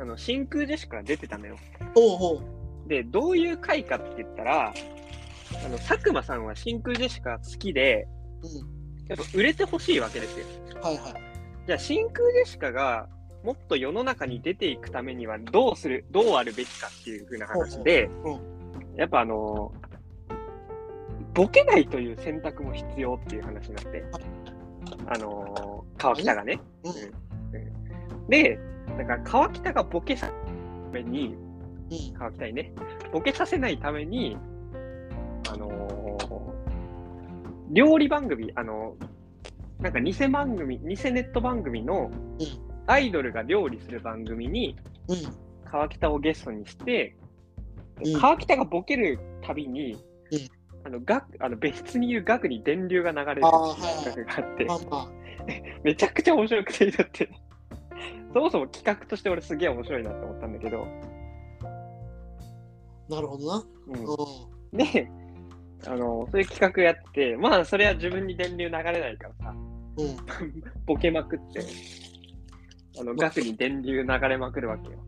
あの、真空ジェシカが出てたのよ。おう。で、どういう回かって言ったら、あの、佐久間さんは真空ジェシカ好きで、うん。やっぱ売れてほしいわけですよ。はいはい。じゃあ真空ジェシカがもっと世の中に出ていくためにはどうするどうあるべきかっていう風な話でうんうやっぱあのボケないという選択も必要っていう話になってあの川北がねうん。でだから川北がボケさせないためにうん。川北にねボケさせないためにあの料理番組あのなんか偽番組偽ネット番組のうんアイドルが料理する番組にうん。川北をゲストにして、でうん川北がボケるたびに、うんあのガあの別室にいるガクに電流が流れるあーはいはい企画があって、まあまあ。めちゃくちゃ面白くてだってそもそも企画として俺すげえ面白いなって思ったんだけどなるほどな。うんうで、あの、そういう企画やって、まあ、それは自分に電流流れないからさ、ん。うん。ボケまくって、あの、ガスに電流流れまくるわけよ。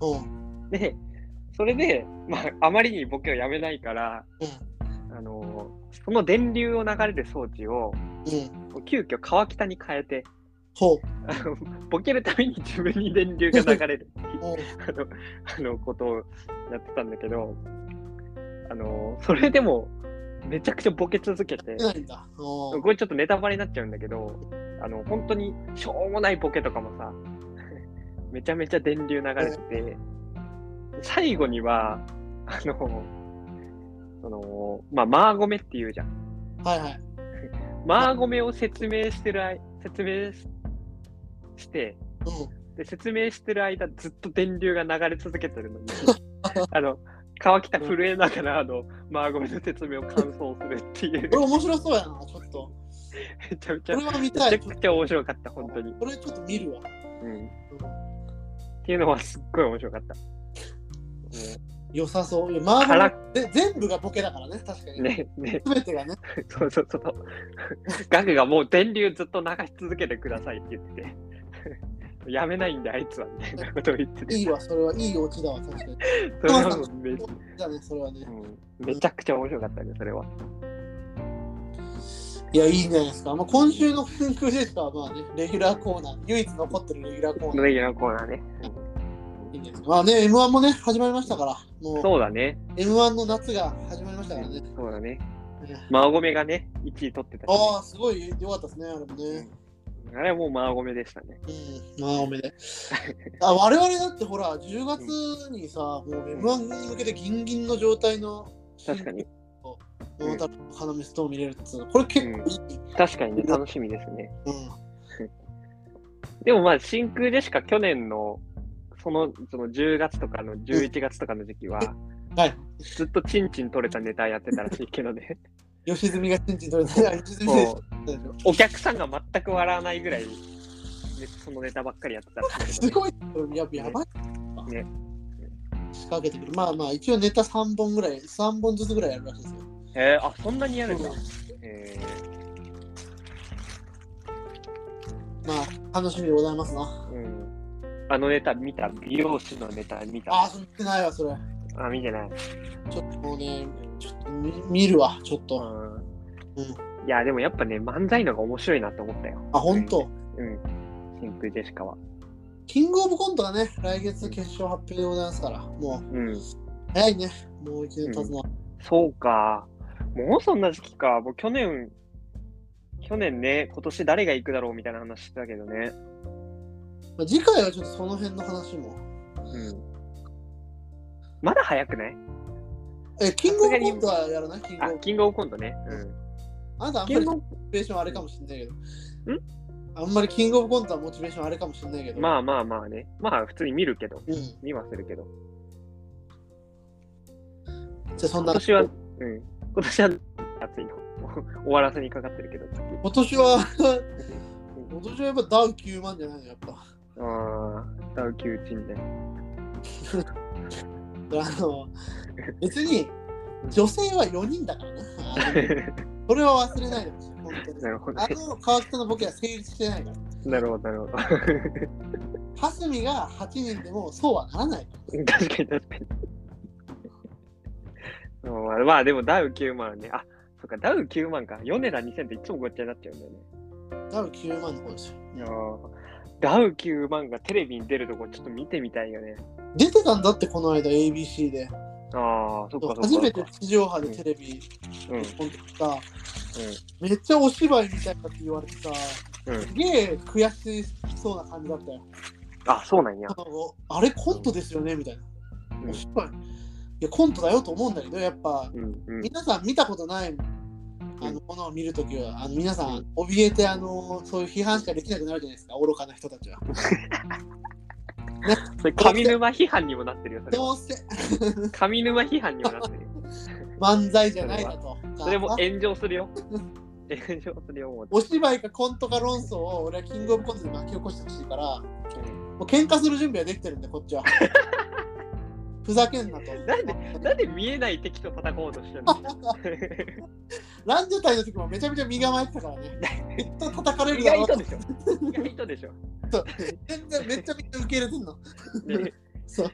うん。で、それで、まあ、あまりにボケをやめないから、あの、その電流を流れる装置を、うん。うん。急遽川北に変えて、ほう。あのボケるために自分に電流が流れるうん。あのあのことをやってたんだけど、あの、それでも、めちゃくちゃボケ続けて出、ないんだ。うこん。れちょっとネタバレになっちゃうんだけど、あの、本当にしょうもないボケとかもさ、 めちゃめちゃ電流流れてて、最後には、あの、その、まあ、マーゴメって言うじゃん。はいはい。マーゴメを説明してる間、説明しして、うで、説明してる間、ずっと電流が流れ続けてる のに、あの、川北震えながら、あの、マーゴメの説明を完走するっていう、ん。これ面白そうやな、ちょっと。めちゃめちこゃ、れめは見たちゃい。くちゃ面白かった、本当に。これちょっと見るわ。うん。うんっていうのはすっごい面白かった。良さそう。いやマー腹ブルで全部がボケだからね、確かに。ね、ね、すべてがね。そうそうそう。ガクがもう電流ずっと流し続けてくださいって言ってて。やめないんであいつはみたいなことを言ってて。いいわ、それはいいオチだわ、確かに。それはもうめ,、じゃあね、それはね。うん、めちゃくちゃ面白かったね、それは。いや、いいんじゃないですか。まあ、今週のフンクジェスターはまあね、レギュラーコーナー、唯一残ってるレギュラーコーナー。レギュラーコーナーね。いいんじゃないですか。まあね、M1 もね、始まりましたから、もそうだね。う M1 の夏が始まりましたからね。そうだね。ねマーゴメがね、1位取ってたしああ、すごい良かったですね、あれもね。あれはもうマーゴメでしたね。うん、まあお めで。あ我々だってほら、10月にさ、もう M1 に向けてギンギンの状態の、確かに。桃太郎の花見ストーン見れるっていうのこれ結構いい。確かにね、楽しみですね。うん。でもまあ真空でしか去年のそのその10月とかの11月とかの時期は、はいずっとチンチン取れたネタやってたらしいけど ね、吉住がチンチン取 れた。いや良純選手も取れたでしょうお客さんが全く笑わないぐらい、ね、そのネタばっかりやってたらしいけ すどね、ごい。ややばい。ね仕掛けてくる。まあまあ、一応ネタ3本ぐらい、3本ずつぐらいやるらしいですよ。えー、あそんなにやるんだうん。えまあ、楽しみでございますな。ーうん、あのネタ見た、美容師のネタ見た。ああ、そってないわ、それ。あ見てない。ちょっともうね、ちょっと見見るわ、ちょっと。うん、いや、でもやっぱね、漫才のが面白いなと思ったよ。あ、ほんと。うん、真空ジェシカは。キングオブコントがね、来月決勝発表でございますから、もううん早いね、もう一年経つのは。そうか。もうそんな時期か。もう去年、去年ね、今年誰が行くだろうみたいな話してたけどね。まあ、次回はちょっとその辺の話も。うん。まだ早くないえ、キングオブコントはやらないキングあオ、ブ。キングオブコントね。あなたあんキまンりグモオチベーションあれかもしれないけど。あんまりキングオブコントはモチベーションあれかもしれないけど。ブまあまあまあね。まあ普通に見るけど、うん。見はするけど。じゃあそんな。今年は、うん。今年は暑いの。 終わらせにかかってるけど。今年は 今年はやっぱダウ9万じゃないのやっぱ。ああ、ダウキューチンね。あの、別に女性は4人だからね。あのそれは忘れないでほしい。本当になるほどあね。の川北のボケは成立してないから。 なるほど、なるほど。 ハスミが8人でもそうはならない。確かに確かに。 うんまあまあでもダウ9万ね。あそっか、ダウ9万か。米田2000っていつもごっちゃになっちゃうんだよね。ダウ9万の方ですよ。ダウ9万がテレビに出るとこちょっと見てみたいよね。出てたんだって、この間 ABC で。ああ、そっかそっか。初めて地上波でテレビうん。うん。コントさ、めっちゃお芝居みたいだって言われてさ、うんすげえ悔しそうな感じだったよ。あ、そうなんやあ。のあれコントですよねみたいな。うんお芝居。いや、コントだよと思うんだけど、やっぱ、うんうん。皆さん見たことないあのものを見るときは、あの皆さん、怯えてあの、そういう批判しかできなくなるじゃないですか、愚かな人たちは。それ上沼批判にもなってるよ。それどうせ上沼批判にもなってる よ。漫才じゃないだと。それもあ炎上するよ。炎上するよ、もう。お芝居かコントか論争を俺はキングオブコントで巻き起こしてほしいから、もうん う喧嘩する準備はできてるんで、こっちは。ふざけんなと。なんでなんで見えない敵と戦おうとして るのランジャタイの時もめちゃめちゃ身構えてたからね。めっちゃ叩かれ意るだろ外うととで しょ意外とでしょ全然めっちゃみんな受け入れてんの。でそう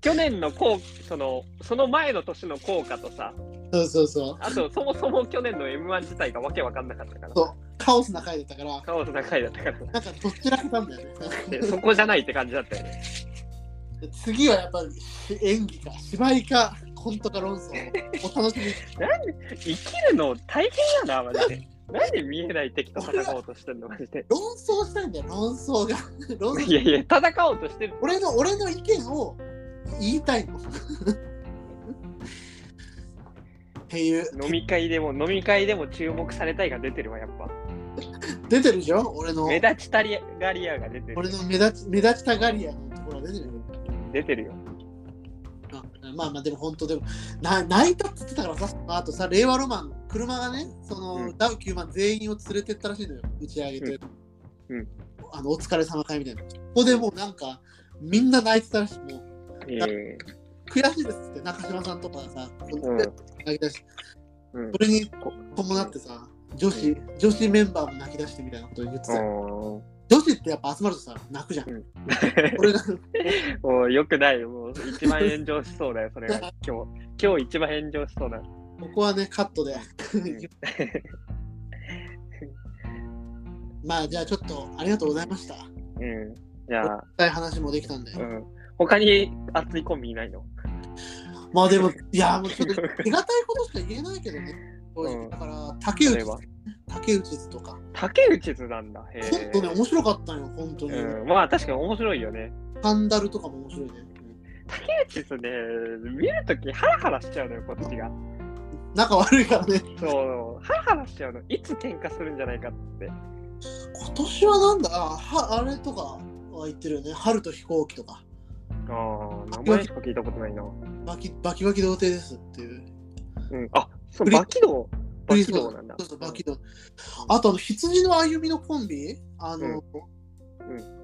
去年の効そのその前の年の効果とさそうそうそう。あとそもそも去年の m 1自体がわけわかんなかったからそうカオスな回だったから、カオスな回だったからなんかどっちらけたんだよね。でそこじゃないって感じだったよね次はやっぱり演技か芝居かコントか論争をお楽しみに。生きるの大変やなマジでなんで見えない敵と戦おうとしてるのマジで論争したいんだよ、論争が。論い争やいや戦おうとしてる俺の俺の意見を言いたいの。っていう、飲み会でも飲み会でも注目されたいが出てるわやっぱ出てるでしょ俺の目立ちたりガリアが出てる俺の目立ち目立ちたがり屋のところ出てるよ。出てるよあまあまあでも本当でもな泣いたって言ってたからさあとさ令和ロマン車がねその、うんダウ9万全員を連れてったらしいのよ打ち上げて、うんうんあのお疲れ様会みたいなここでもうなんかみんな泣いてたらしいもうええ悔しいですって中島さんとかさ、うん泣き出してうんそれに伴ってさ女子、女子メンバーも泣き出してみたいなこと言ってたよ、お女子ってやっぱ集まるとさ泣くじゃん、うん俺がーおーよくないよもう一番炎上しそうだよそれは今日今日一番炎上しそうだここはね、カットで。まあ、じゃあちょっとありがとうございました。うんじゃ あ、深い話もできたんで。うん、他に熱いコンビいないのまあでも、いや、も うちょっと、手堅いことしか言えないけどね。正直うんだから、竹内例えば、竹内図とか。竹内図なんだへえ本当ね、面白かったよ、本当に。うん、まあ確かに面白いよね。サンダルとかも面白いね。竹内図ね、見るときハラハラしちゃうのよ、こっちが。仲悪いからね。そう、ハラハラしちゃうの。いつ喧嘩するんじゃないかって。今年はなんだあは、あれとかは言ってるよね。春と飛行機とか。ああ、名前しか聞いたことないな。バキバキバキ童貞ですっていう。うん、あ、そう、フリバキドウ。バキドウなんだ。そうそう、バキドウ。あと、あの、羊の歩みのコンビあの、んう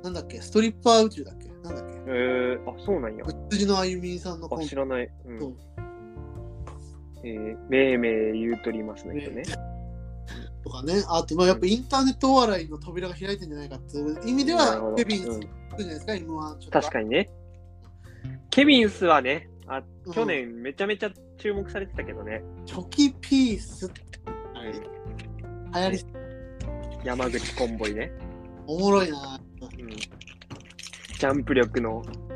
なんだっけストリッパー宇宙だっけなんだっけうんへえあ、そうなんや。羊の歩みさんのコあ、ン知ビ。らない。うそんう。えー、めいめい言うとりますね、人ね。とかね、あとまあやっぱインターネットお笑いの扉が開いてんじゃないかっていう意味でなるほは、どケビンうスんじゃないですか、M1 ちょっと。確かにね。ケビンスはね、あうん去。年めちゃめちゃ注目されてたけどね。チョキピースって流行り、山口コンボイね。おもろいな。うん。ジャンプ力の、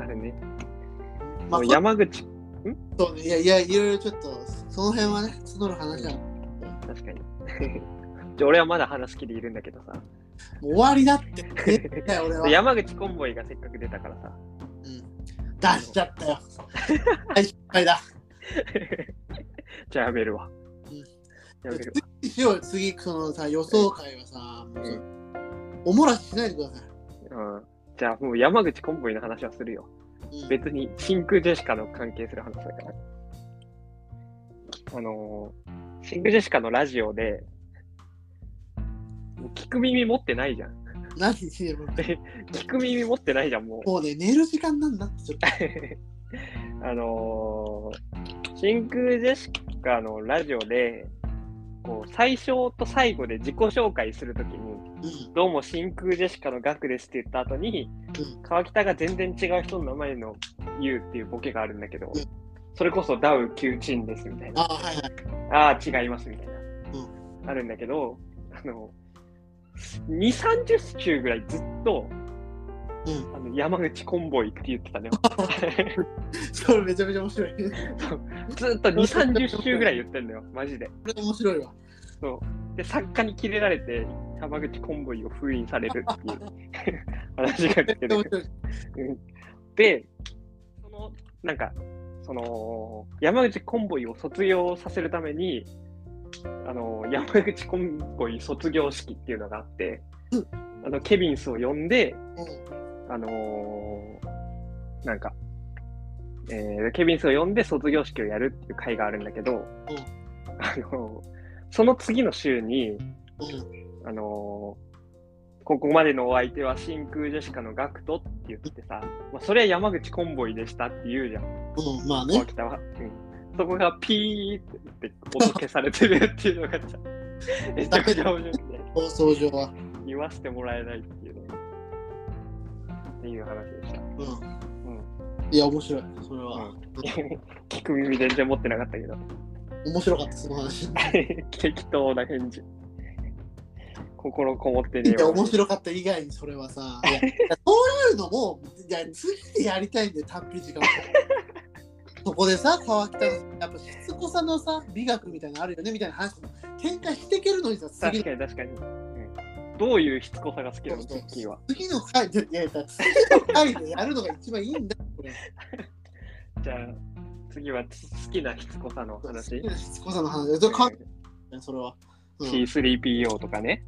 あれね。まもあ、う山口、そうねいやいや、いろいろちょっと、その辺はね、募る話は、も確かに。じゃあ俺はまだ話しきりいるんだけどさ。う終わりだって。絶対俺は。山口コンボイがせっかく出たからさ。うん出しち ゃったよ。大失敗だ。じゃあやめるわ。うんやめるわ。次しようよ、次、そのさ、予想会はさ、もうそおもらししないでください。うんじゃあもう山口コンボイの話はするよ。うん別に真空ジェシカの関係する話だから。あのー、真空ジェシカのラジオで、もう聞く耳持ってないじゃん。何しよう聞く耳持ってないじゃん、もう。もうね、寝る時間なんだって、ちょっと。あのー、真空ジェシカのラジオで、こう最初と最後で自己紹介するときに、うんどうも真空ジェシカのガクですって言った後に、う川北が全然違う人の名前の言うっていうボケがあるんだけど、うんそれこそダウ9チンですみたいな、あはいはい。ああー、違いますみたいな、あるんだけど、あの、2、30週ぐらいずっと、うんあの山口コンボイって言って たね。それめちゃめちゃ面白い。ずっと2、30週ぐらい言ってんのよ、マジで。これ面白いわ。で、作家にキレられて、山口コンボイを封印されるっていう 話が出て面る。白い。で、その、なんか、その、山口コンボイを卒業させるために、あの、山口コンボイ卒業式っていうのがあってうん、あの、ケビンスを呼んで、うんあのーなんか、えーケビンスを呼んで卒業式をやるっていう会があるんだけど、あのーその次の週に、うんあのーここまでのお相手は真空ジェシカのガクトっって言ってさ、まあ、それは山口コンボイでしたって言うじゃん、うん、まあね川。北は。うんそこがピーって音消されてるっていうのが さ、めちゃくちゃ面白くて、放送上は。言わせてもらえないっていうのが。っていう話でした。うん。いや、面白い。それは。聞く耳全然持ってなかったけど。 面白かった、その話。い適当な返事。心こもってねえや、わ面白かった以外にそれはさ、いやそういうのも、いや、次でやりたいんで、たっぷり時間を。そこでさ、川北の、やっぱしつこさのさ、美学みたいなのあるよね、みたいな話も展開していけるのにさ、次確のかに確かに。うんどういうしつこさが好きなの、そうそミうッキーは。次の回で、いや、いや次の回でやるのが一番いいんだよ、これ。じゃあ、次はつ好きなしつこさの話。しつこさの話。それ関係ないね、それは。うん C3PO とか ね。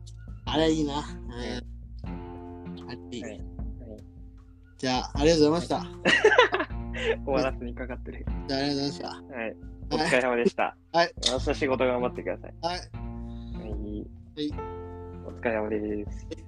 あれいいな。うん。あれいいはいねはい。じゃあ、ありがとうございました。終わらせにかかってる。じゃあ、ありがとうございまはい。おした。疲れ様でした。はい。明日仕事頑張ってください。はい。はい。はいお疲れ様です。はい